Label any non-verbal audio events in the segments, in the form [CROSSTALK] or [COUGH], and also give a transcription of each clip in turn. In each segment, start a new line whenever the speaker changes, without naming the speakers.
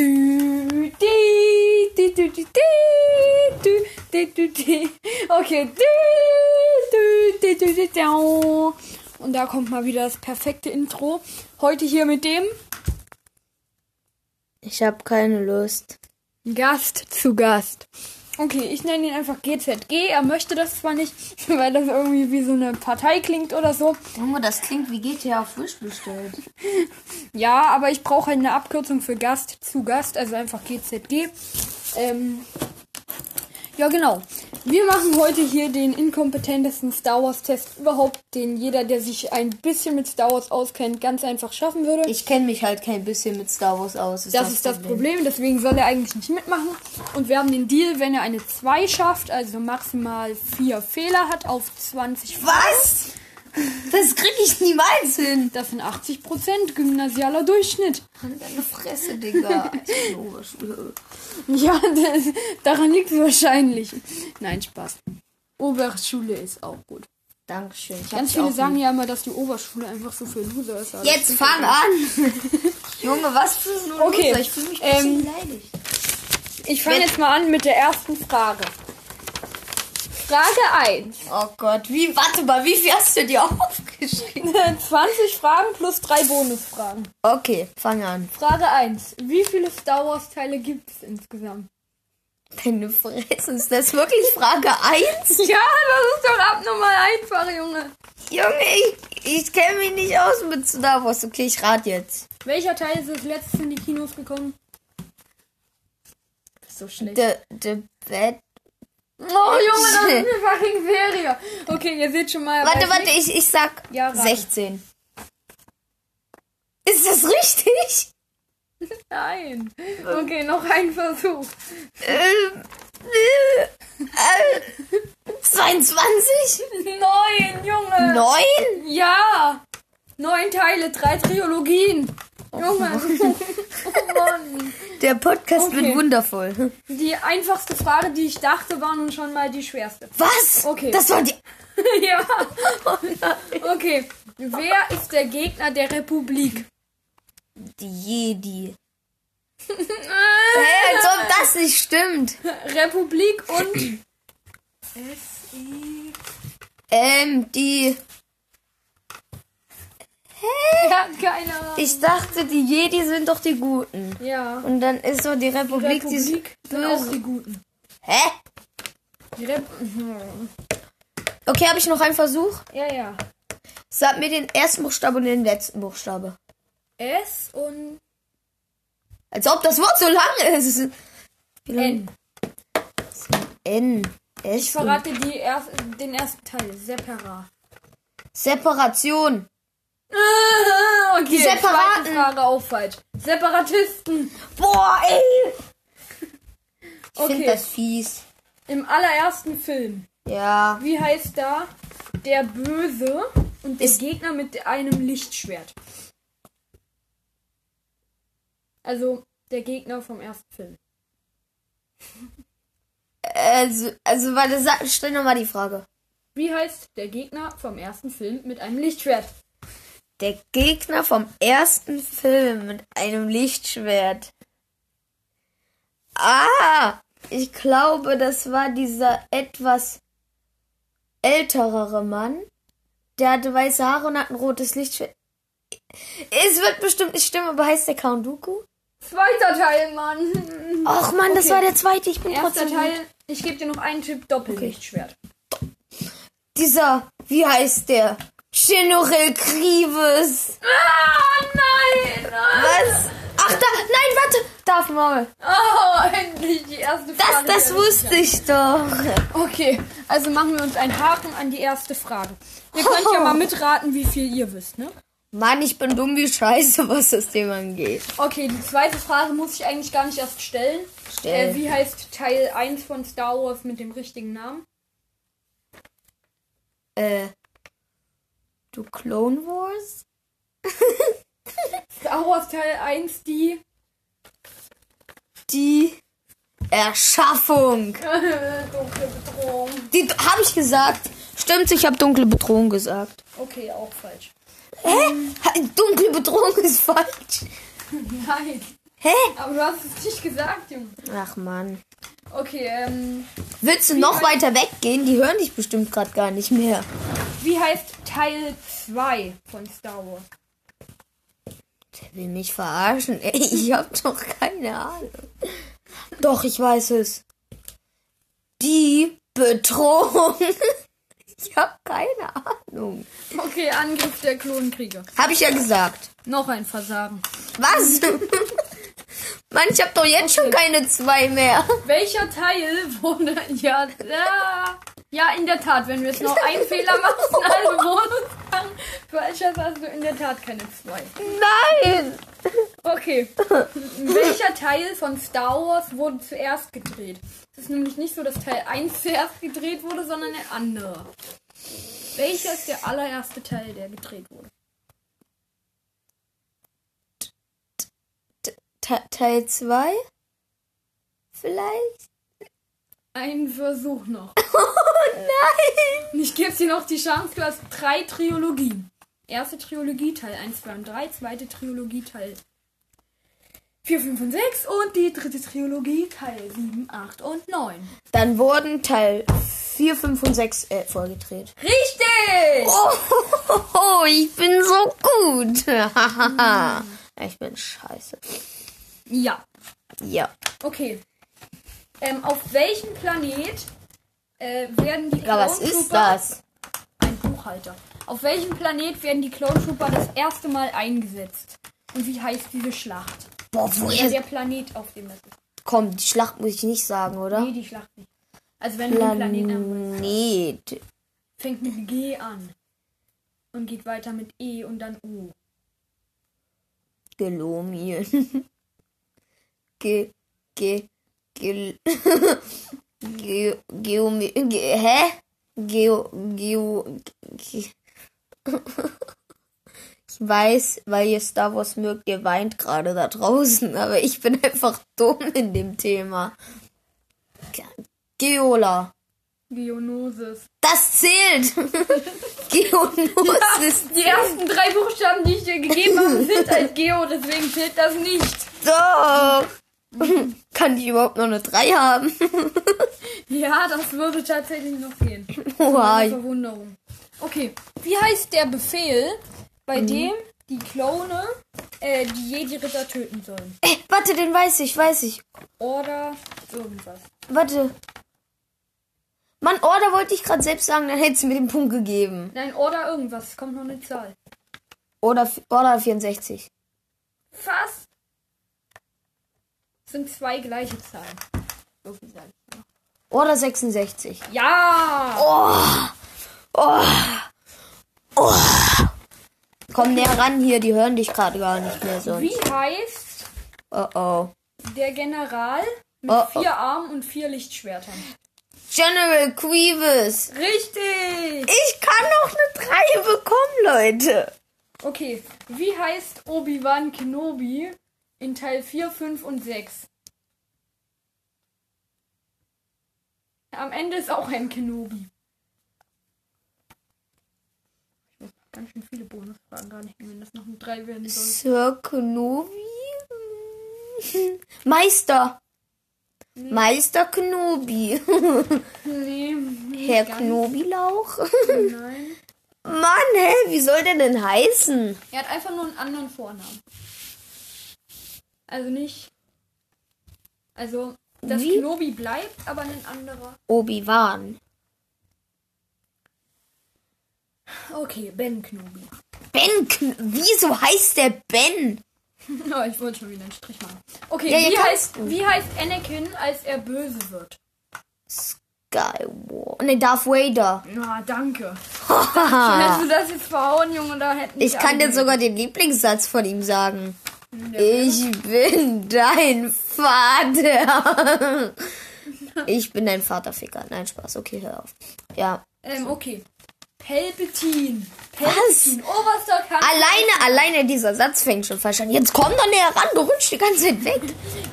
Du, di, di, du, di, di, du, di, du, di. Okay, du, du, di, du, di, dau. Und da kommt mal wieder das perfekte Intro. Heute hier mit dem
Ich habe keine Lust.
Gast zu Gast. Okay, ich nenne ihn einfach GZG. Er möchte das zwar nicht, [LAUGHS] weil das irgendwie wie so eine Partei klingt oder so.
Junge, das klingt wie GTA auf Wish bestellt.
Ja, aber ich brauche eine Abkürzung für Gast zu Gast, also einfach GZG. Ähm, ja, genau. Wir machen heute hier den inkompetentesten Star Wars-Test überhaupt, den jeder, der sich ein bisschen mit Star Wars auskennt, ganz einfach schaffen würde.
Ich kenne mich halt kein bisschen mit Star Wars aus.
das ist das Problem, deswegen soll er eigentlich nicht mitmachen. Und wir haben den Deal, wenn er eine 2 schafft, also maximal 4 Fehler hat auf 20
Was? Das krieg ich niemals hin.
Das sind 80% gymnasialer Durchschnitt.
Deine Fresse, [LAUGHS] Digga. Ich bin Oberschule.
[LAUGHS] Ja, das, daran liegt es wahrscheinlich. Nein, Spaß. Oberschule ist auch gut.
Dankeschön. Ich
Ganz
hab's
viele
auch
sagen ja immer, dass die Oberschule einfach so für Loser ist. aber
nicht. Jetzt
das stimmt
fang
nicht.
an. [LAUGHS] Junge, was für ein
Okay,
Loser? Ich fühle mich ein
ähm,
bisschen beleidigt.
Ich fange jetzt mal an mit der ersten Frage. Frage [LAUGHS] 1.
Oh Gott, wie, warte mal, wie viel hast du dir [LAUGHS] aufgeschrieben?
20 Fragen plus 3 Bonusfragen.
Okay, fang an.
Frage 1. Wie viele Star Wars Teile gibt es insgesamt?
Deine Fresse, ist das wirklich Frage 1?
[LAUGHS] Ja, das ist doch abnormal einfach, Junge.
Junge, ich, ich kenne mich nicht aus mit Star Wars. Okay, ich rate jetzt.
Welcher Teil ist als letztes in die Kinos gekommen? So schlecht.
The, the Bad.
Oh Junge, das
[LAUGHS]
ist eine fucking Serie. Okay, ihr seht schon mal.
Warte,
weiß
warte,
nicht.
ich, ich sag
Ja, rate.
16. Ist das richtig?
Nein.
Äh.
Okay, noch ein Versuch.
Ähm, äh, äh, 22?
Neun, Junge.
9?
Ja. Neun Teile, drei Trilogien. Junge. Oh Mann.
Der Podcast
Okay.
wird wundervoll.
Die einfachste Frage, die ich dachte, war nun schon mal die schwerste. [LAUGHS]
Was?
Okay.
Das war die.
ja.
Oh
Okay. Wer ist der Gegner der Republik?
Die Jedi. hey, als ob das nicht stimmt.
Republik und. E S-I.
Ähm, die.
Ja, keine Ahnung.
Ich dachte, die Jedi sind doch die Guten.
Ja.
Und dann ist so die Republik, die ist
Republik sind auch
böse.
die Guten.
Hä?
Die Rep
Okay, habe ich noch einen Versuch?
ja, ja.
Sag mir den ersten Buchstabe und den letzten Buchstabe.
S und
Als ob das Wort so lang ist. Wie lang-
N.
N. S.
Ich verrate die erst, den ersten Teil. Separat.
Separation.
Ah, Okay,
Die Separaten.
zweite Frage auch falsch. Separatisten.
Boah, ey. Ich
Okay.
finde das fies.
Im allerersten Film.
Ja.
Wie heißt da der Böse und der
Ist-
Gegner mit einem Lichtschwert? Also der Gegner vom ersten Film.
Also, also warte, sag, stell nochmal die Frage.
Wie heißt der Gegner vom ersten Film mit einem Lichtschwert?
Der Gegner vom ersten Film mit einem Lichtschwert. Ah, ich glaube, das war dieser etwas älterere Mann. Der hatte weiße Haare und hat ein rotes Lichtschwert. Es wird bestimmt nicht stimmen, aber heißt der Count Dooku?
Zweiter Teil, Mann.
Och Mann, das
Okay.
war der zweite. Ich bin
Erster
trotzdem
Teil. Ich gebe dir noch einen Tipp. Doppellichtschwert.
Dieser, wie heißt der? Chinorel Krives.
Ah nein! Ah.
Was? Ach, da, nein, warte. Darf Maul.
Oh, endlich die erste
Das,
Frage.
das wusste ich doch.
Okay, also machen wir uns einen Haken an die erste Frage. Ihr könnt ja mal
Oh.
mitraten, wie viel ihr wisst, ne?
Mann, ich bin dumm wie Scheiße, [LAUGHS] was das Thema angeht.
Okay, die zweite Frage muss ich eigentlich gar nicht erst stellen.
Stell.
Äh, wie heißt Teil 1 von Star Wars mit dem richtigen Namen?
Äh. Du Clone Wars?
Star Wars Teil 1, die. [LAUGHS]
Die Erschaffung.
Dunkle Bedrohung.
Die habe ich gesagt. Stimmt, ich habe dunkle Bedrohung gesagt.
Okay, auch falsch.
Hä? Ha- Dunkle Bedrohung ist falsch.
Nein.
Hä?
Aber du hast es nicht gesagt, Junge.
Ach man.
Okay, ähm,
Willst du noch weiter weggehen? Die hören dich bestimmt gerade gar nicht mehr.
wie heißt Teil 2 von Star Wars?
Der will mich verarschen. [LAUGHS] Ey, ich hab doch keine Ahnung. Doch, ich weiß es. Die Bedrohung. [LAUGHS] Ich hab keine Ahnung.
Okay, Angriff der Klonkrieger.
Hab ich ja gesagt.
Noch ein Versagen.
Was? [LAUGHS] Mann, ich hab doch jetzt schon keine zwei mehr.
Welcher Teil wurde. [LAUGHS] Ja, ja, ja in der Tat, wenn du jetzt noch einen Fehler machst, eine halbe Bonus dann falsches hast du in der Tat keine zwei.
Nein!
Okay. Welcher Teil von Star Wars wurde zuerst gedreht? Es ist nämlich nicht so, dass Teil 1 zuerst gedreht wurde, sondern der andere. Welcher ist der allererste Teil, der gedreht wurde?
Te- Teil 2? Vielleicht? [LAUGHS]
Ein Versuch noch.
Oh nein!
Und ich gebe dir noch die Chance, du hast drei Trilogien. Erste Trilogie Teil 1, 2 und 3, zweite Trilogie Teil 4, 5 und 6 und die dritte Trilogie Teil 7, 8 und 9.
Dann wurden Teil 4, 5 und 6 äh, vorgedreht.
Richtig!
Oh, [LAUGHS] ich bin so gut. [LAUGHS] Hahaha. ich bin scheiße.
Ja,
Ja.
okay. Ähm, auf welchem Planet äh, werden die
Ja, was
Clone
ist
Trooper-
das?
Ein Buchhalter. Auf welchem Planet werden die Clone Trooper das erste Mal eingesetzt? Und wie heißt diese Schlacht?
Boah,
Oder
woher
der Planet, auf dem das ist.
kommt? Die Schlacht muss ich nicht sagen, oder?
Nee, die Schlacht nicht. Also wenn du den Planeten haben willst.
Planet.
fängt mit G an und geht weiter mit E und dann U.
Gelomien. [LAUGHS] Ge. Ge. Ge. [LAUGHS] Ge. Geomi. Ge, hä? Geo. Geo. Ge. [LAUGHS] Ich weiß, weil ihr Star Wars mögt, ihr weint gerade da draußen, [LAUGHS] aber ich bin einfach dumm in dem Thema. Ge- Geola.
Geonosis.
Das zählt! [LAUGHS] Geonosis.
Die ersten drei Buchstaben, die ich dir gegeben habe, sind als Geo, deswegen zählt das nicht.
Doch! [LAUGHS] Kann ich überhaupt noch eine 3 haben? [LAUGHS]
Ja, das würde tatsächlich noch gehen.
Oha,
Meine Verwunderung. Okay, wie heißt der Befehl, bei dem die Klone äh, die Jedi-Ritter töten sollen?
Ey, Äh, warte, den weiß ich, weiß ich.
Oder irgendwas.
Warte. Mann, Order wollte ich gerade selbst sagen, dann hättest du mir den Punkt gegeben.
Nein, oder irgendwas. Es kommt noch eine Zahl.
Order, f- Order 64.
Fast. Es sind zwei gleiche Zahlen. Irgendwie sag ich.
Order 66.
Ja!
Oh Oh. Komm näher ran hier, die hören dich gerade gar nicht mehr so.
Wie heißt
Oh oh.
der General mit
Oh, oh.
vier Armen und vier Lichtschwertern?
General Grievous.
Richtig!
Ich kann noch eine 3 bekommen, Leute.
Okay, wie heißt Obi-Wan Kenobi in Teil 4, 5 und 6? Am Ende ist auch ein Kenobi. Ich muss noch ganz schön viele Bonusfragen gar nicht, wenn das noch ein 3 werden soll.
Sir Kenobi? Meister. Meister Kenobi.
Nee, nicht
Herr
ganz.
Knobilauch?
Nein.
Mann, hä, wie soll der denn heißen?
Er hat einfach nur einen anderen Vornamen. Also nicht. Also, das
Wie?
Knobi bleibt, aber ein anderer.
Obi-Wan.
Okay, Ben Knobi.
Ben, Kn wieso heißt der Ben?
[LAUGHS] oh, ich wollte schon wieder einen Strich machen. Okay,
Ja, ja,
wie,
kannst
heißt, wie heißt Anakin, als er böse wird?
Skywalker. Ne, Darth Vader.
Na, danke.
[LAUGHS]
Hättest du das jetzt verhauen, Junge, da hätten
Ich
die
kann dir
alle-
sogar den Lieblingssatz von ihm sagen.
Der-
Ich bin dein Vater. Ich bin dein Vaterficker. Nein, Spaß. Okay, hör auf. Ja.
Ähm, okay. Palpatine. Palpatine. Oh, Oberster Kanzler.
Alleine, alleine dieser Satz fängt schon falsch an. Jetzt komm doch näher ran, du rutschst die ganze Zeit weg.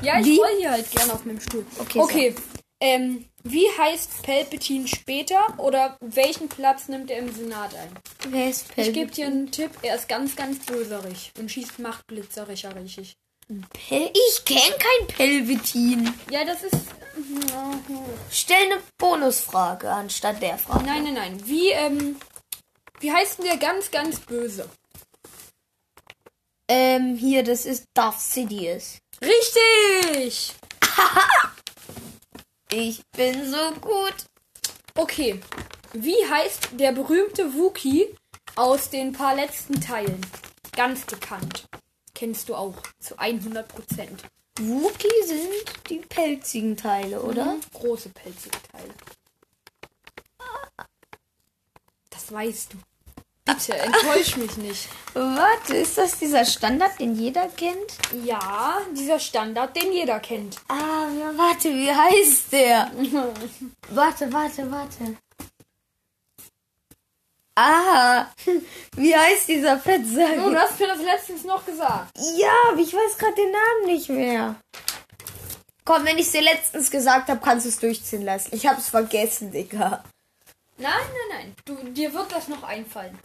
Ja, ich
Wie?
roll hier halt gerne auf meinem Stuhl.
Okay,
okay. Ähm, wie heißt Palpatine später oder welchen Platz nimmt er im Senat ein?
Wer ist
Ich gebe dir einen Tipp, er ist ganz, ganz böserig und schießt machtblitzerig richtig.
Pel ich kenne kein Pelvetin.
Ja, das ist.
Stell eine Bonusfrage anstatt der Frage.
Nein, nein, nein. Wie, ähm. Wie heißt denn der ganz, ganz böse?
Ähm, hier, das ist Darth Sidious.
Richtig!
Ich bin so gut.
Okay. Wie heißt der berühmte Wookie aus den paar letzten Teilen? Ganz bekannt. Kennst du auch. Zu 100 Prozent.
Wookie sind die pelzigen Teile, oder?
Große pelzige Teile. Das weißt du. [LAUGHS] Bitte, enttäusch mich nicht.
Warte, ist das dieser Standard, den jeder kennt?
Ja, dieser Standard, den jeder kennt.
Ah, ja, warte, wie heißt der?
[LAUGHS]
warte, warte, warte. Ah, [LAUGHS] wie heißt dieser
Oh, du
Fettsack?
hast mir das letztens noch gesagt.
Ja, aber ich weiß gerade den Namen nicht mehr. Komm, wenn ich dir letztens gesagt habe, kannst du es durchziehen lassen. Ich hab's vergessen, Digga. [LAUGHS]
Nein, nein, nein. Du, dir wird das noch einfallen.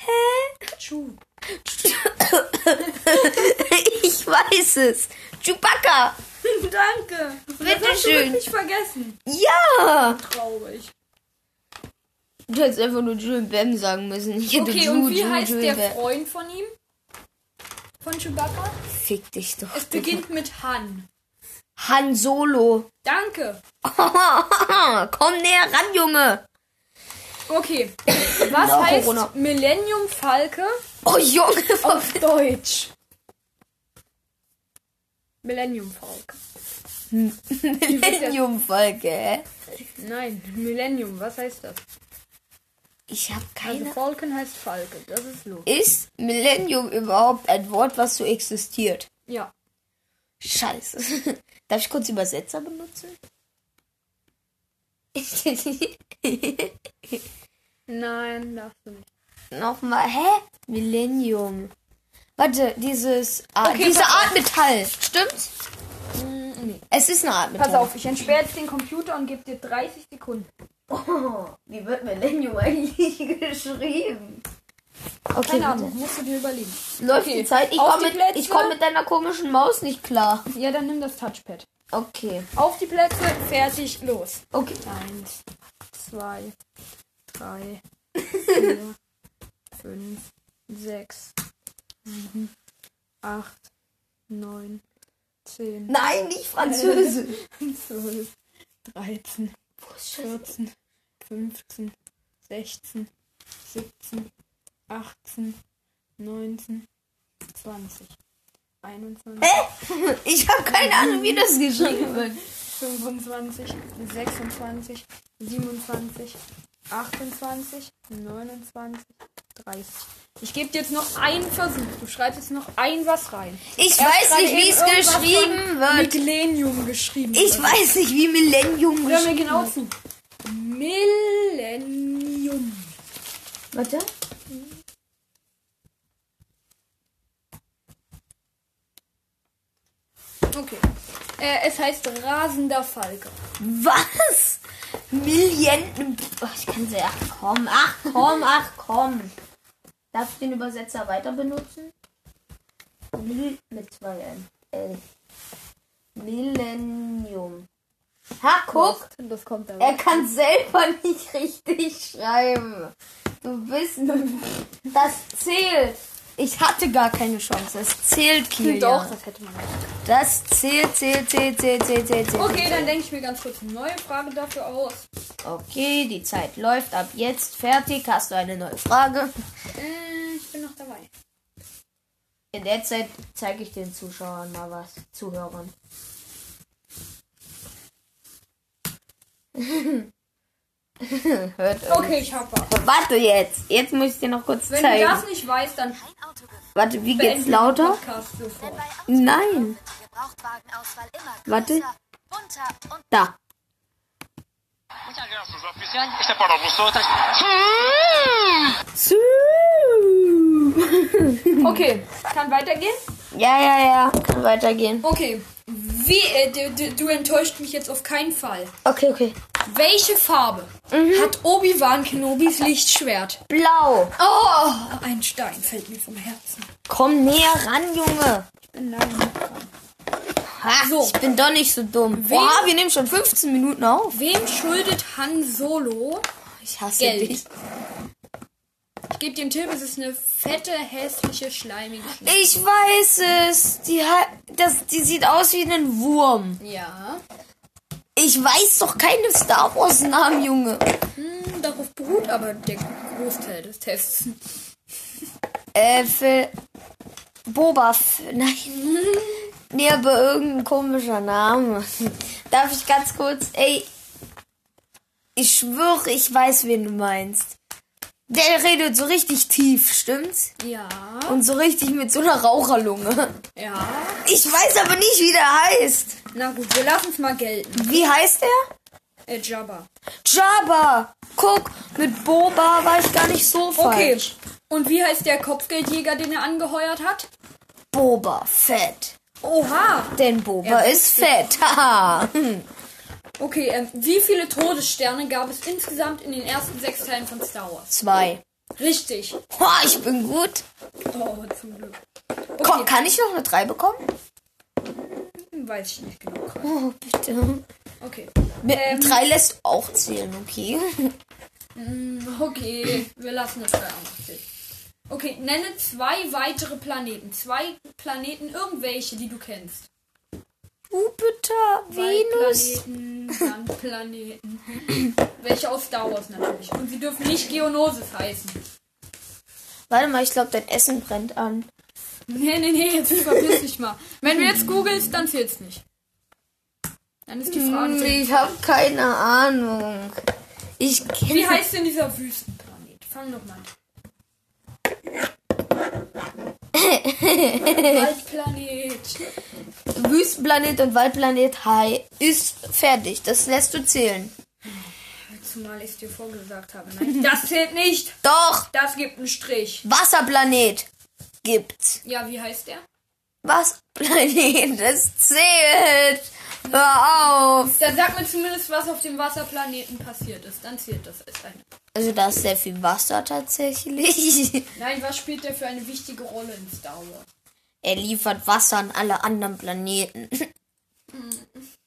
Hä? Tschu.
ich weiß es. Chewbacca.
[LAUGHS] Danke.
Bitte
das hast du
schön.
wirklich vergessen.
Ja.
Traurig.
Du hättest einfach nur Julian Bam sagen müssen. Ich hätte
Okay,
Ju,
und wie
Ju,
heißt
Julian
der
Bam.
Freund von ihm? Von Chewbacca?
Fick dich doch.
Es beginnt mit Han.
Han Solo.
Danke.
[LAUGHS] Komm näher ran, Junge.
Okay. Was
Na,
heißt
Corona.
Millennium Falke
Oh, [LAUGHS] Junge.
auf Deutsch? Millennium Falke.
Millennium-Folge, hä?
Nein, Millennium, was heißt das?
Ich hab
Also
keine...
Falcon heißt Falke, das ist logisch.
Ist Millennium überhaupt ein Wort, was so existiert?
Ja.
Scheiße. [LAUGHS] Darf ich kurz Übersetzer [LAUGHS] benutzen?
Nein, darfst du nicht.
Nochmal, hä? Millennium. Warte, dieses... Ah,
Okay,
diese
pass
Art Metall. Stimmt's? Es ist eine Art Metall.
Pass auf, ich entsperre jetzt den Computer und gebe dir 30 Sekunden.
[LAUGHS] Wie wird Millennium eigentlich [LAUGHS] geschrieben? Okay,
Keine Ahnung,
warte.
musst du dir überlegen.
läuft
Okay,
die Zeit. Ich
auf
komme
die
mit,
Plätze.
ich komm mit deiner komischen Maus nicht klar.
Ja, dann nimm das Touchpad.
Okay.
Auf die Plätze, fertig, los.
Okay.
Eins, zwei, drei, vier, fünf, sechs, sieben, acht, neun, zehn,
Nein, nicht Französisch.
zwölf, dreizehn, 14, 15, 16, 17, 18, 19, 20, 21.
Ich habe keine Ahnung, wie das geschrieben wird.
25, 26, 27, 28, 29, 30. Ich gebe dir jetzt noch einen Versuch. Du schreibst jetzt noch ein was rein.
Ich
Erst
weiß
gerade
nicht,
eben
wie es
irgendwas von
geschrieben wird.
Millennium geschrieben.
Ich
wird.
weiß nicht, wie Millennium
Hör mir
geschrieben
genau zu. Millennium.
Warte.
Okay. Äh, es heißt rasender Falke.
Was? Millionen. Oh, ich kann sehr. Ach komm, ach komm, ach komm. Darf ich den Übersetzer weiter benutzen? Mil mit zwei N. L. Millennium. Ha, guck!
Das kommt da.
Er kann selber nicht richtig schreiben. Du bist. Das zählt. Ich hatte gar keine Chance. Das zählt, Kilian.
Doch, das hätte man. nicht.
Das zählt, zählt, zählt, zählt, zählt, zählt. zählt.
Okay, dann denke ich mir ganz kurz eine neue Frage dafür aus.
Okay, die Zeit läuft ab jetzt. Fertig. Hast du eine neue Frage?
Äh, ich bin noch dabei.
In der Zeit zeige ich den Zuschauern mal was. Zuhörern. [LAUGHS] Hört euch.
Okay, ich hab was.
Warte jetzt. Jetzt muss ich dir noch kurz
Wenn du
zeigen.
das nicht weißt, dann
Warte, wie
beenden
geht's
wir den
lauter?
Podcast sofort.
Nein.
Gebrauchtwagenauswahl immer größer,
Warte.
bunter und
Da.
Muchas gracias, oficial. Este para vosotras.
So.
Okay, kann weitergehen?
Ja, ja, ja. Kann weitergehen.
Okay. Wie, äh, du, du, du enttäuscht mich jetzt auf keinen Fall.
Okay, okay.
Welche Farbe hat Obi-Wan Kenobis Lichtschwert?
Blau.
Oh, ein Stein fällt mir vom Herzen.
Komm näher ran, Junge.
Ich Nein.
Ha,
So.
Ich bin doch nicht so dumm.
Wen-
Boah, wir nehmen schon 15 Minuten auf.
Wem schuldet Han Solo?
Ich hasse
Geld.
dich.
Ich gebe den Tipp, es ist eine fette, hässliche, schleimige Schlange.
Ich weiß es. Die hat, das, die sieht aus wie ein Wurm.
Ja.
Ich weiß doch keine Star Wars Namen, Junge.
Hm, darauf beruht aber der Großteil des Tests.
Äh, für Boba. F Nein. [LAUGHS] Nee, aber irgendein komischer Name. [LAUGHS] Darf ich ganz kurz? Ey, ich schwöre, ich weiß, wen du meinst. Der redet so richtig tief, stimmt's?
Ja.
Und so richtig mit so einer Raucherlunge. [LAUGHS]
Ja.
Ich weiß aber nicht, wie der heißt.
Na gut, wir lassen es mal gelten.
Wie heißt er?
Äh, Jabba.
Jabba. Guck, mit Boba war ich gar nicht so
Okay.
falsch.
Und wie heißt der Kopfgeldjäger, den er angeheuert hat?
Boba Fett.
Oha.
Denn Boba
Er-
ist fett. [LAUGHS] Haha.
Okay, ähm, wie viele Todessterne gab es insgesamt in den ersten sechs Teilen von Star Wars?
Zwei.
Richtig.
Boah, ich bin gut.
Oh, zum Glück.
Komm, kann ich noch eine 3 bekommen?
Hm, Weiß ich nicht genau. gerade.
Oh, bitte.
Okay.
Mit
Ähm.
3 lässt auch zählen, okay? [LAUGHS]
Hm, Okay, wir lassen es bei 51. Okay, nenne zwei weitere Planeten. Zwei Planeten, irgendwelche, die du kennst.
Jupiter, Uh, Venus.
Waldplaneten, Sandplaneten. Welche aus Star Wars natürlich. Und sie dürfen nicht Geonosis heißen.
Warte mal, ich glaube, dein Essen brennt an.
Nee, nee, nee, jetzt verpiss dich mal. Wenn du jetzt googelst, dann zählt's nicht. Dann ist die Frage,
Hm,
wie,
Ich habe keine Ahnung. Ich
wie
kenne
heißt denn dieser Wüstenplanet? Fang doch mal
[LAUGHS]
an. Waldplanet.
Wüstenplanet und Waldplanet High ist fertig. Das lässt du zählen.
Zumal ich es dir vorgesagt habe. Nein, [LAUGHS] das zählt nicht.
Doch,
Das gibt einen Strich.
Wasserplanet gibt's.
Ja, wie heißt der?
Wasserplanet, [LAUGHS] das zählt. Hör auf.
Dann sag mir zumindest, was auf dem Wasserplaneten passiert ist. Dann zählt das als eine.
Also da ist sehr viel Wasser tatsächlich.
Nein, was spielt der für eine wichtige Rolle in Star Wars?
Er liefert Wasser an alle anderen Planeten.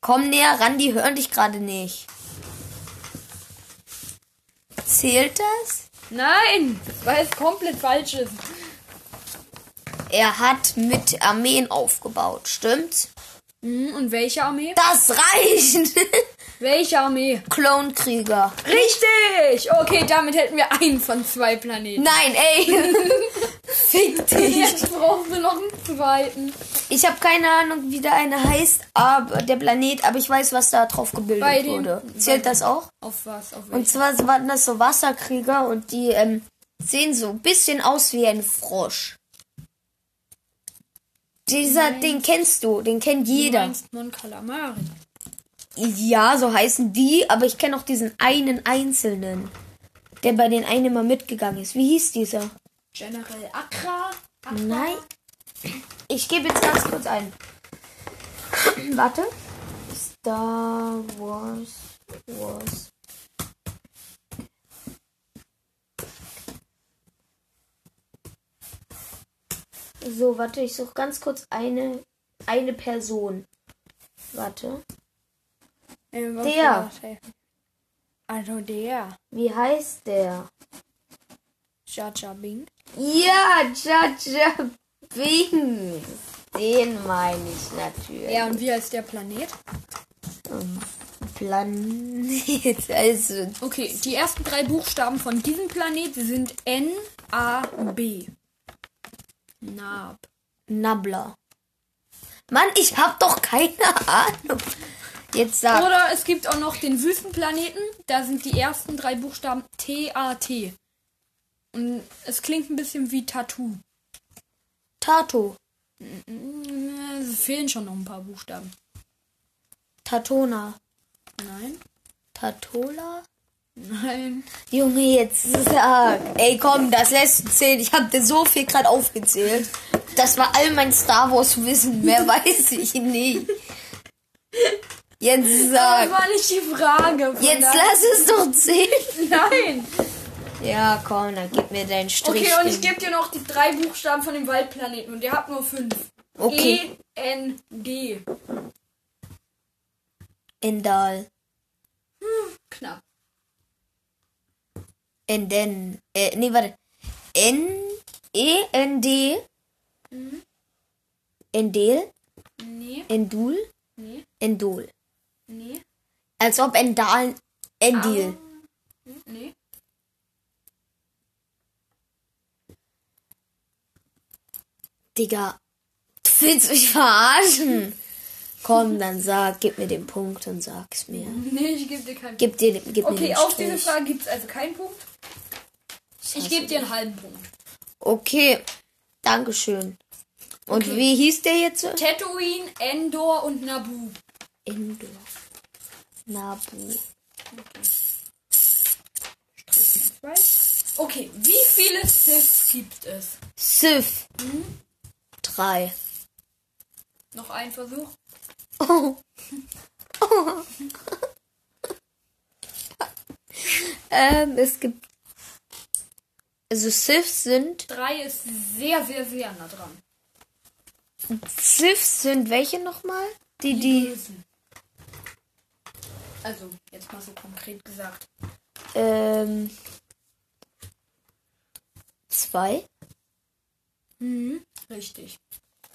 Komm näher ran, die hören dich gerade nicht. Zählt das?
Nein, weil es komplett falsch ist.
Er hat mit Armeen aufgebaut, stimmt's?
Hm, und welche Armee?
Das reicht! [LAUGHS]
Welche Armee?
Klonkrieger.
Richtig! Okay, damit hätten wir einen von zwei Planeten.
Nein, ey! [LAUGHS] Fick dich!
[LAUGHS] Jetzt brauchen wir noch einen zweiten.
Ich habe keine Ahnung, wie der eine heißt, aber der Planet, aber ich weiß, was da drauf gebildet
Bei dem-
wurde. Zählt das auch?
Auf was? Auf
Und
welchen?
zwar waren das so Wasserkrieger und die ähm, sehen so ein bisschen aus wie ein Frosch. Dieser, den kennst du, den kennt
Du
jeder.
meinst Mon Calamari.
Ja, so heißen die, aber ich kenne auch diesen einen einzelnen, der bei den einen immer mitgegangen ist. Wie hieß dieser?
General Akra?
Nein. Ich gebe jetzt ganz kurz ein. [CLEARS THROAT] Warte. Star Wars. Wars. So, warte, ich suche ganz kurz eine, eine Person. Warte.
Äh, was
Der.
war das? Also der.
Wie heißt der?
Jaja Bing.
Ja, Jaja Bings. Den meine ich natürlich.
Ja, und wie heißt der Planet?
Planet. [LAUGHS] Also,
Okay, die ersten drei Buchstaben von diesem Planet sind N, A, B. Nab.
Nabla. Mann, ich hab doch keine Ahnung. Jetzt sag.
Oder es gibt auch noch den Wüstenplaneten. Da sind die ersten drei Buchstaben T-A-T. Und es klingt ein bisschen wie Tattoo.
Tato.
Äh, Es fehlen schon noch ein paar Buchstaben.
Tatona.
Nein,
Tatola?
nein.
Junge, jetzt sag. Ey, komm, das lässt du zählen. Ich hab dir so viel gerade aufgezählt. Das war all mein Star Wars Wissen. Mehr [LAUGHS] weiß ich nicht.
Das
Jetzt sag.
war nicht Ah, die Frage. von
Jetzt
daher-
lass es doch zählen.
Nein.
Ja, komm, dann gib mir deinen Strich.
Okay, und ich gebe dir noch die drei Buchstaben von dem Waldplaneten und ihr habt nur fünf. E,
Okay.
E-N-D.
Endal.
Knapp.
Enden. Äh, nee, warte. N. E. N. D.
Mhm.
Endel.
Nee,
Endul.
nee,
Endol.
nee,
Als ob Endal. Endil.
Ah. nee.
Digga. Du willst mich
Hm.
verarschen? Komm, dann sag, gib mir den Punkt und sag's mir.
Nee, ich gebe dir keinen Punkt.
Gib dir, gib mir
Mhm. Okay,
den
auf
Strich.
diese Frage gibt es also keinen Punkt. Ich gebe dir einen halben Punkt.
Okay, Dankeschön. Und
Okay.
wie hieß der jetzt?
Tatooine, Endor und Naboo.
Endor. Nabu.
Okay, wie viele Siths gibt es?
Sif.
Mhm.
Drei.
Noch ein Versuch.
[LAUGHS] Ähm, es gibt. Also Sifs sind.
Drei ist sehr, sehr, sehr nah dran.
Sifs sind welche nochmal? Die, die.
Bösen. Also, jetzt mal so konkret gesagt.
Ähm. Zwei.
Richtig.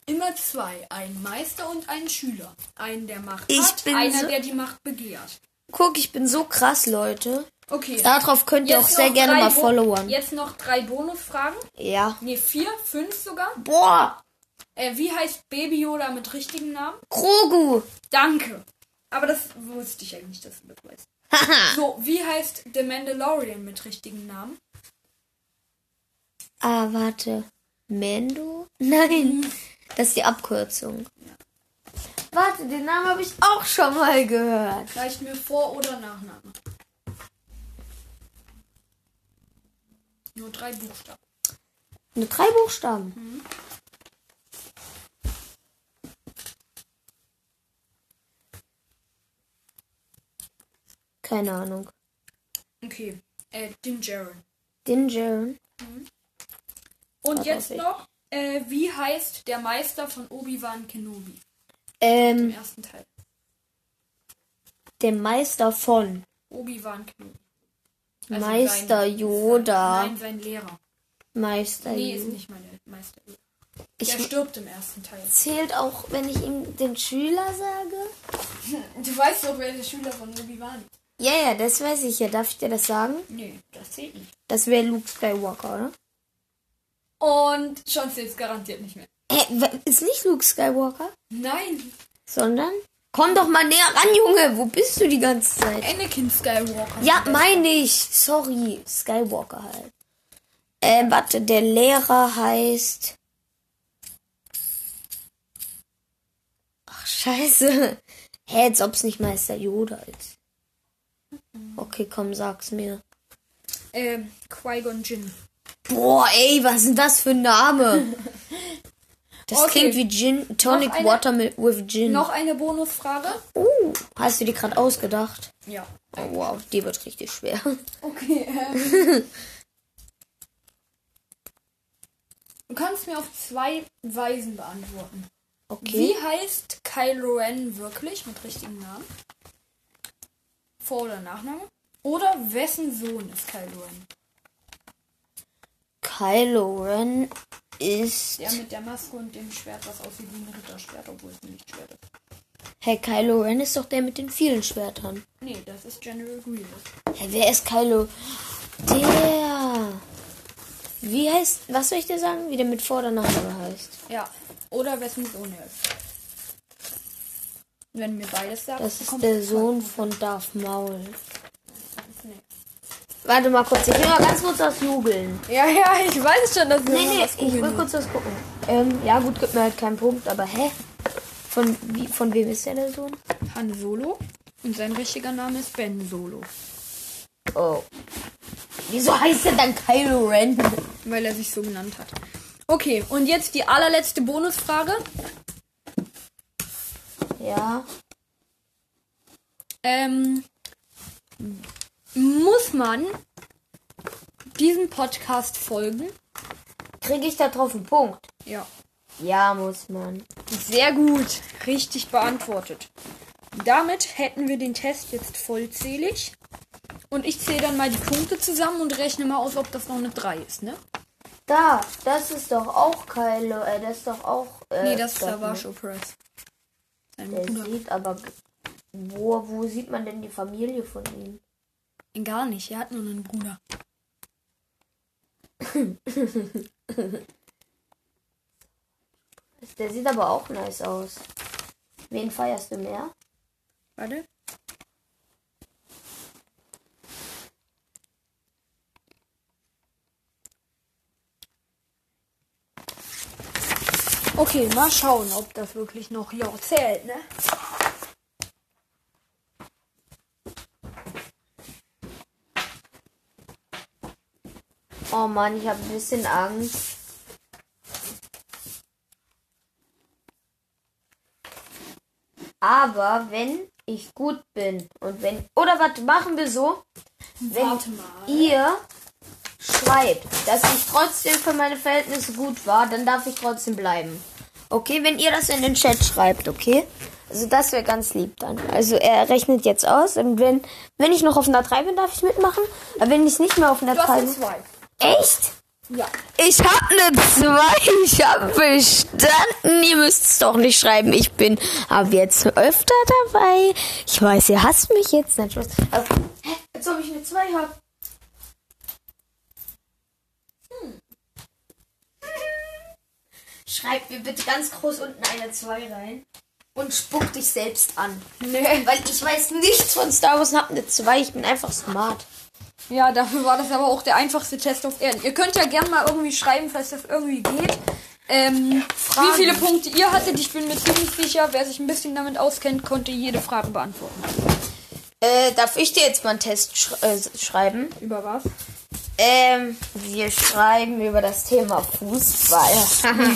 Immer zwei. Ein Meister und ein Schüler. Einen, der Macht
Ich
hat,
bin
einer,
so-
der die Macht begehrt.
Guck, ich bin so krass, Leute.
Okay.
Darauf könnt ihr auch sehr
noch
gerne
drei
mal
Bo-
followern.
Jetzt noch drei Bonusfragen.
Ja.
Ne, vier, fünf sogar.
Boah!
Äh, wie heißt Baby Yoda mit richtigem Namen?
Grogu!
Danke. Aber das wusste ich eigentlich, dass du das weißt. so, wie heißt The Mandalorian mit richtigem Namen?
Ah, warte. Mendo?
Mhm.
Nein. Das ist die Abkürzung. Warte, den Namen habe ich auch schon mal gehört.
Reicht mir Vor- oder Nachname? Nur drei Buchstaben.
Nur drei Buchstaben.
Mhm.
Keine Ahnung.
Okay. Äh, Din Djarin.
Din Djarin.
Und
Das
jetzt
weiß ich.
noch, äh, wie heißt der Meister von Obi-Wan Kenobi? Im
Ähm,
ersten Teil.
der Meister von.
Obi-Wan Kenobi.
Meister
sein-
Yoda.
Also Nein, sein Lehrer.
Meister.
Nee, ist
Yoda.
nicht mein Meister.
Ich-
Der stirbt im ersten Teil. [LAUGHS]
Zählt auch, wenn ich ihm den Schüler sage?
Du weißt doch, wer der Schüler von Obi-Wan ist.
Ja, ja, das weiß ich ja. Darf ich dir das sagen?
Nee, das zählt nicht.
Das wäre Luke Skywalker, oder?
Und schon zählt's garantiert nicht mehr.
Hä, wa- ist nicht Luke Skywalker,
Nein,
sondern... Komm doch mal näher ran, Junge. Wo bist du die ganze Zeit?
Anakin Skywalker.
Ja, meine ich. Sorry. Skywalker halt. Ähm, warte, der Lehrer heißt. Ach, scheiße. Hä, als ob's nicht Meister Yoda ist. Okay, komm, sag's mir.
Ähm, Qui-Gon Jinn.
Boah, ey, was ist denn das für
[LAUGHS]
ein Name? Das
Okay.
klingt wie Gin. Tonic
eine-
Water mit, with Gin.
Noch eine Bonusfrage?
Uh, hast du die gerade ausgedacht?
Ja.
Oh, wow, die wird richtig schwer. [LAUGHS]
Okay, ähm. Du kannst mir auf zwei Weisen beantworten.
Okay.
Wie heißt Kylo Ren wirklich mit richtigen Namen? Vor- oder Nachname? Oder wessen Sohn ist Kylo Ren?
Kylo Ren ist.
Der mit der Maske und dem Schwert, was aussieht wie ein Ritterschwert, obwohl es ein Lichtschwert ist.
Hey, Kylo Ren ist doch der mit den vielen Schwertern.
Nee, das ist General Grievous.
Hey, wer ist Kylo? Der. Wie heißt. Was soll ich dir sagen? Wie der mit Vor- oder Nachname heißt?
Ja. Oder wessen Sohn er ist. Wenn du mir beides sagst,
Das ist
bekommst
der
du
Sohn von Darth Maul.
zwei. Nee.
Warte mal kurz, ich will mal ganz kurz das jubeln.
Ja, ja, ich weiß schon, dass wir
Nee,
nee,
nee,
was
ich will
googeln.
kurz was gucken. Ähm, ja, gut, gibt mir halt keinen Punkt, aber hä? Von, wie, von wem ist der, der Sohn?
Han Solo und sein richtiger Name ist Ben Solo,
Oh. Wieso heißt er dann Kylo Ren?
weil er sich so genannt hat. Okay, und jetzt die allerletzte Bonusfrage.
Ja.
Ähm, muss man diesem Podcast folgen?
Kriege ich da drauf einen Punkt?
Ja.
Ja, muss man.
Sehr gut, richtig beantwortet. Damit hätten wir den Test jetzt vollzählig. Und ich zähle dann mal die Punkte zusammen und rechne mal aus, ob das noch eine 3 ist, ne?
Da, das ist doch auch Kylo, äh, das ist doch auch. Äh,
Nee, das ist
Darth
Savage Press. Sein
Maul. Der
Bruder.
sieht aber. Wo, wo sieht man denn die Familie von ihm?
Gar nicht, er hat nur einen Bruder.
Der sieht aber auch nice aus. Wen feierst du mehr?
Warte. Okay, mal schauen, ob das wirklich noch hier zählt, ne?
Oh Mann, ich habe ein bisschen Angst. Aber wenn ich gut bin und wenn. Oder was machen wir so? Wenn
Warte mal.
ihr schreibt, dass ich trotzdem für meine Verhältnisse gut war, dann darf ich trotzdem bleiben. Okay, wenn ihr das in den Chat schreibt, okay? Also das wäre ganz lieb dann. Also er rechnet jetzt aus und wenn, wenn ich noch auf einer 3 bin, darf ich mitmachen. Aber wenn ich nicht mehr auf einer
Du hast
3
eine
bin.
2.
Echt?
Ja.
Ich hab ne 2, [LAUGHS] ich hab bestanden. Ihr müsst's doch nicht schreiben, ich bin ab jetzt öfter dabei. Ich weiß, ihr hasst mich jetzt. Nein, Spaß. Also, hä? Als ob ich ne 2 hab. Hm. Schreib mir bitte ganz groß unten eine 2 rein. Und spuck dich selbst an.
Nee.
Weil ich weiß nichts von Star Wars und hab ne 2. Ich bin einfach smart.
Ja, dafür war das aber auch der einfachste Test auf Erden. Ihr könnt ja gerne mal irgendwie schreiben, falls das irgendwie geht. Ähm, wie viele Punkte ihr hattet, ich bin mir ziemlich sicher, wer sich ein bisschen damit auskennt, konnte jede Frage beantworten.
Äh, darf ich dir jetzt mal einen Test sch äh, schreiben?
Über was?
Ähm, wir schreiben über das Thema Fußball.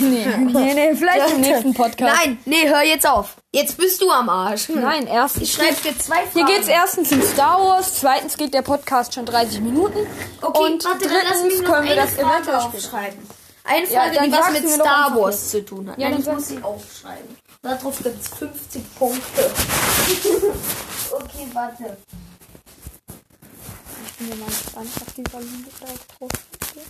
Nee, nee, vielleicht [LAUGHS]
[LAUGHS]
im nächsten Podcast.
Nein, nee, hör jetzt auf. Jetzt bist du am Arsch.
Nein, erst.
Ich schreibe dir zwei Fragen.
Hier geht's erstens um Star Wars, zweitens geht der Podcast schon 30 Minuten.
Okay,
und
warte, dann lass
drittens
mich noch
können wir
eine
das
Frage
eventuell später.
aufschreiben. Eine
Ja,
Frage,
dann
die was
sagst
mit
du mir doch
Star
einfach
Wars zu tun hat.
Ja,
Nein,
dann
ich
sag-
muss sie aufschreiben. Darauf gibt's 50
[LAUGHS]
Punkte. okay, warte.
Ich bin mir mal gespannt, was die Salon da drauf steht.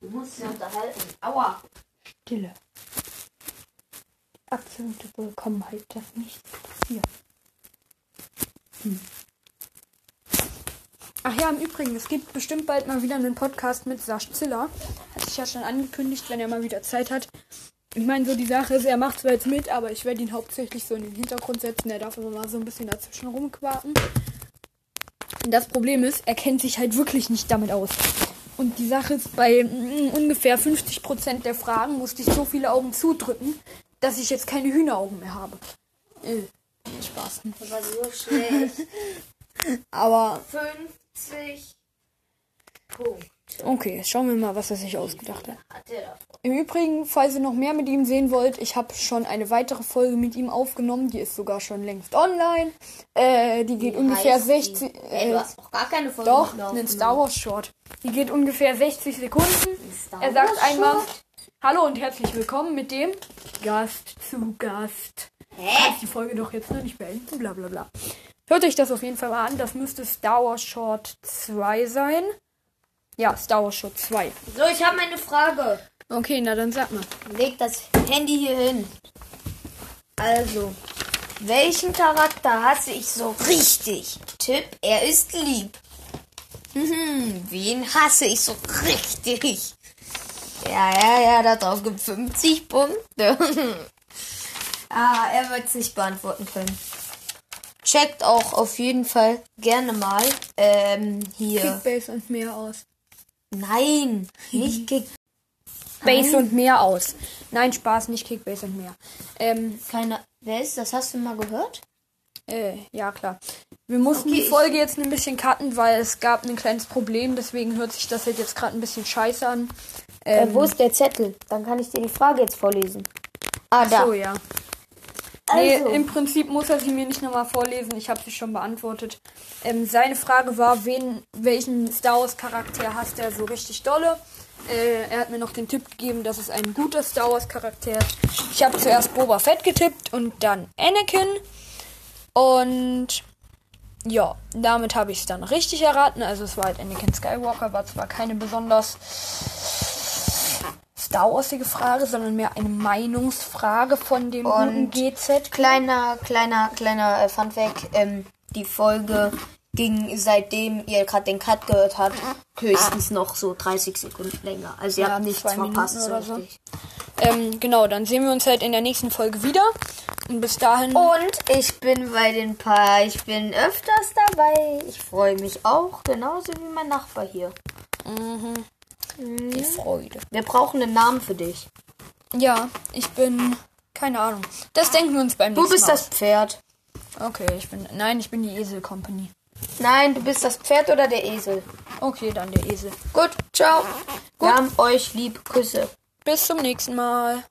Du musst sie unterhalten. Aua.
Stille. Absolute Vollkommenheit, dass nichts passiert. Hm. Ach ja, im Übrigen, es gibt bestimmt bald mal wieder einen Podcast mit Sasch Ziller. Hat sich ja schon angekündigt, wenn er mal wieder Zeit hat. Ich meine, so die Sache ist, er macht zwar jetzt mit, aber ich werde ihn hauptsächlich so in den Hintergrund setzen. Er darf immer mal so ein bisschen dazwischen rumquaken. Das Problem ist, er kennt sich halt wirklich nicht damit aus. Und die Sache ist, bei mm, ungefähr 50% der Fragen musste ich so viele Augen zudrücken, dass ich jetzt keine Hühneraugen mehr habe. Äh, Spaß.
Das war so
[LAUGHS]
schlecht.
Aber
50 Punkte
okay, schauen wir mal, was er sich ausgedacht hat.
hat er davon.
Im Übrigen, falls ihr noch mehr mit ihm sehen wollt, ich habe schon eine weitere Folge mit ihm aufgenommen. Die ist sogar schon längst online. Äh, die geht ungefähr
Heißt die-
60.
Ey, du
Äh,
hast noch gar keine Folge
doch,
mehr
einen
aufgenommen.
Star Wars Short. Die geht ungefähr 60 Sekunden.
Star
Er sagt
Wars
einmal
Short?
Hallo und herzlich willkommen mit dem Gast zu Gast.
Hä?
Kannst die Folge doch jetzt noch nicht beenden, bla bla bla. Hört euch das auf jeden Fall mal an. Das müsste Star Wars Short 2 sein. Ja, Star Wars Short 2.
So, ich habe meine Frage.
Okay, na dann sag mal.
Leg das Handy hier hin. Also, welchen Charakter hasse ich so richtig? Tipp, er ist lieb. Hm, wen hasse ich so richtig? Ja, ja, ja, da drauf gibt 50 Punkte. [LAUGHS] ah, er wird es nicht beantworten können. Checkt auch auf jeden Fall gerne mal ähm, hier.
Base und mehr aus.
Nein,
Mhm.
nicht Kick.
Base und mehr aus. Nein, Spaß, nicht Kickbase und mehr. Ähm,
Keine. Wer ist das? Hast du mal gehört?
Äh, ja, klar. Wir mussten
Okay,
die
ich-
Folge jetzt ein bisschen cutten, weil es gab ein kleines Problem. Deswegen hört sich das halt jetzt gerade ein bisschen scheiße an. Ähm,
Äh, wo ist der Zettel? Dann kann ich dir die Frage jetzt vorlesen. Ah, da.
so, ja. Nee,
Also.
im Prinzip muss er sie mir nicht nochmal vorlesen. Ich habe sie schon beantwortet. Ähm, seine Frage war, wen, welchen Star Wars Charakter hasst er so richtig dolle? Äh, er hat mir noch den Tipp gegeben, dass es ein guter Star Wars Charakter ist. Ich habe zuerst Boba Fett getippt und dann Anakin. Und ja, damit habe ich es dann richtig erraten. Also es war halt Anakin Skywalker, war zwar keine besonders Star Warsige Frage, sondern mehr eine Meinungsfrage von dem
Und-
guten GZ.
Kleiner, kleiner, kleiner äh, Funfact. Ähm, die Folge ging, seitdem ihr gerade den Cut gehört habt, höchstens noch so 30 Sekunden länger. Also ihr
Mhm. Ja,
habt nichts
zwei Minuten
verpasst.
oder so.
so. richtig.
Ähm, genau, dann sehen wir uns halt in der nächsten Folge wieder. Und bis dahin.
Und ich bin bei den Paar. Ich bin öfters dabei. Ich freue mich auch, genauso wie mein Nachbar hier.
die Freude.
Wir brauchen einen Namen für dich.
Ja, ich bin. Keine Ahnung. Das denken wir uns beim
Du
nächsten
bist
Mal.
das Pferd.
Okay, ich bin. Nein, ich bin die Esel Company.
Nein, du bist das Pferd oder der Esel.
Okay, dann der Esel.
Gut, ciao. Wir haben euch lieb. Küsse.
Bis zum nächsten Mal.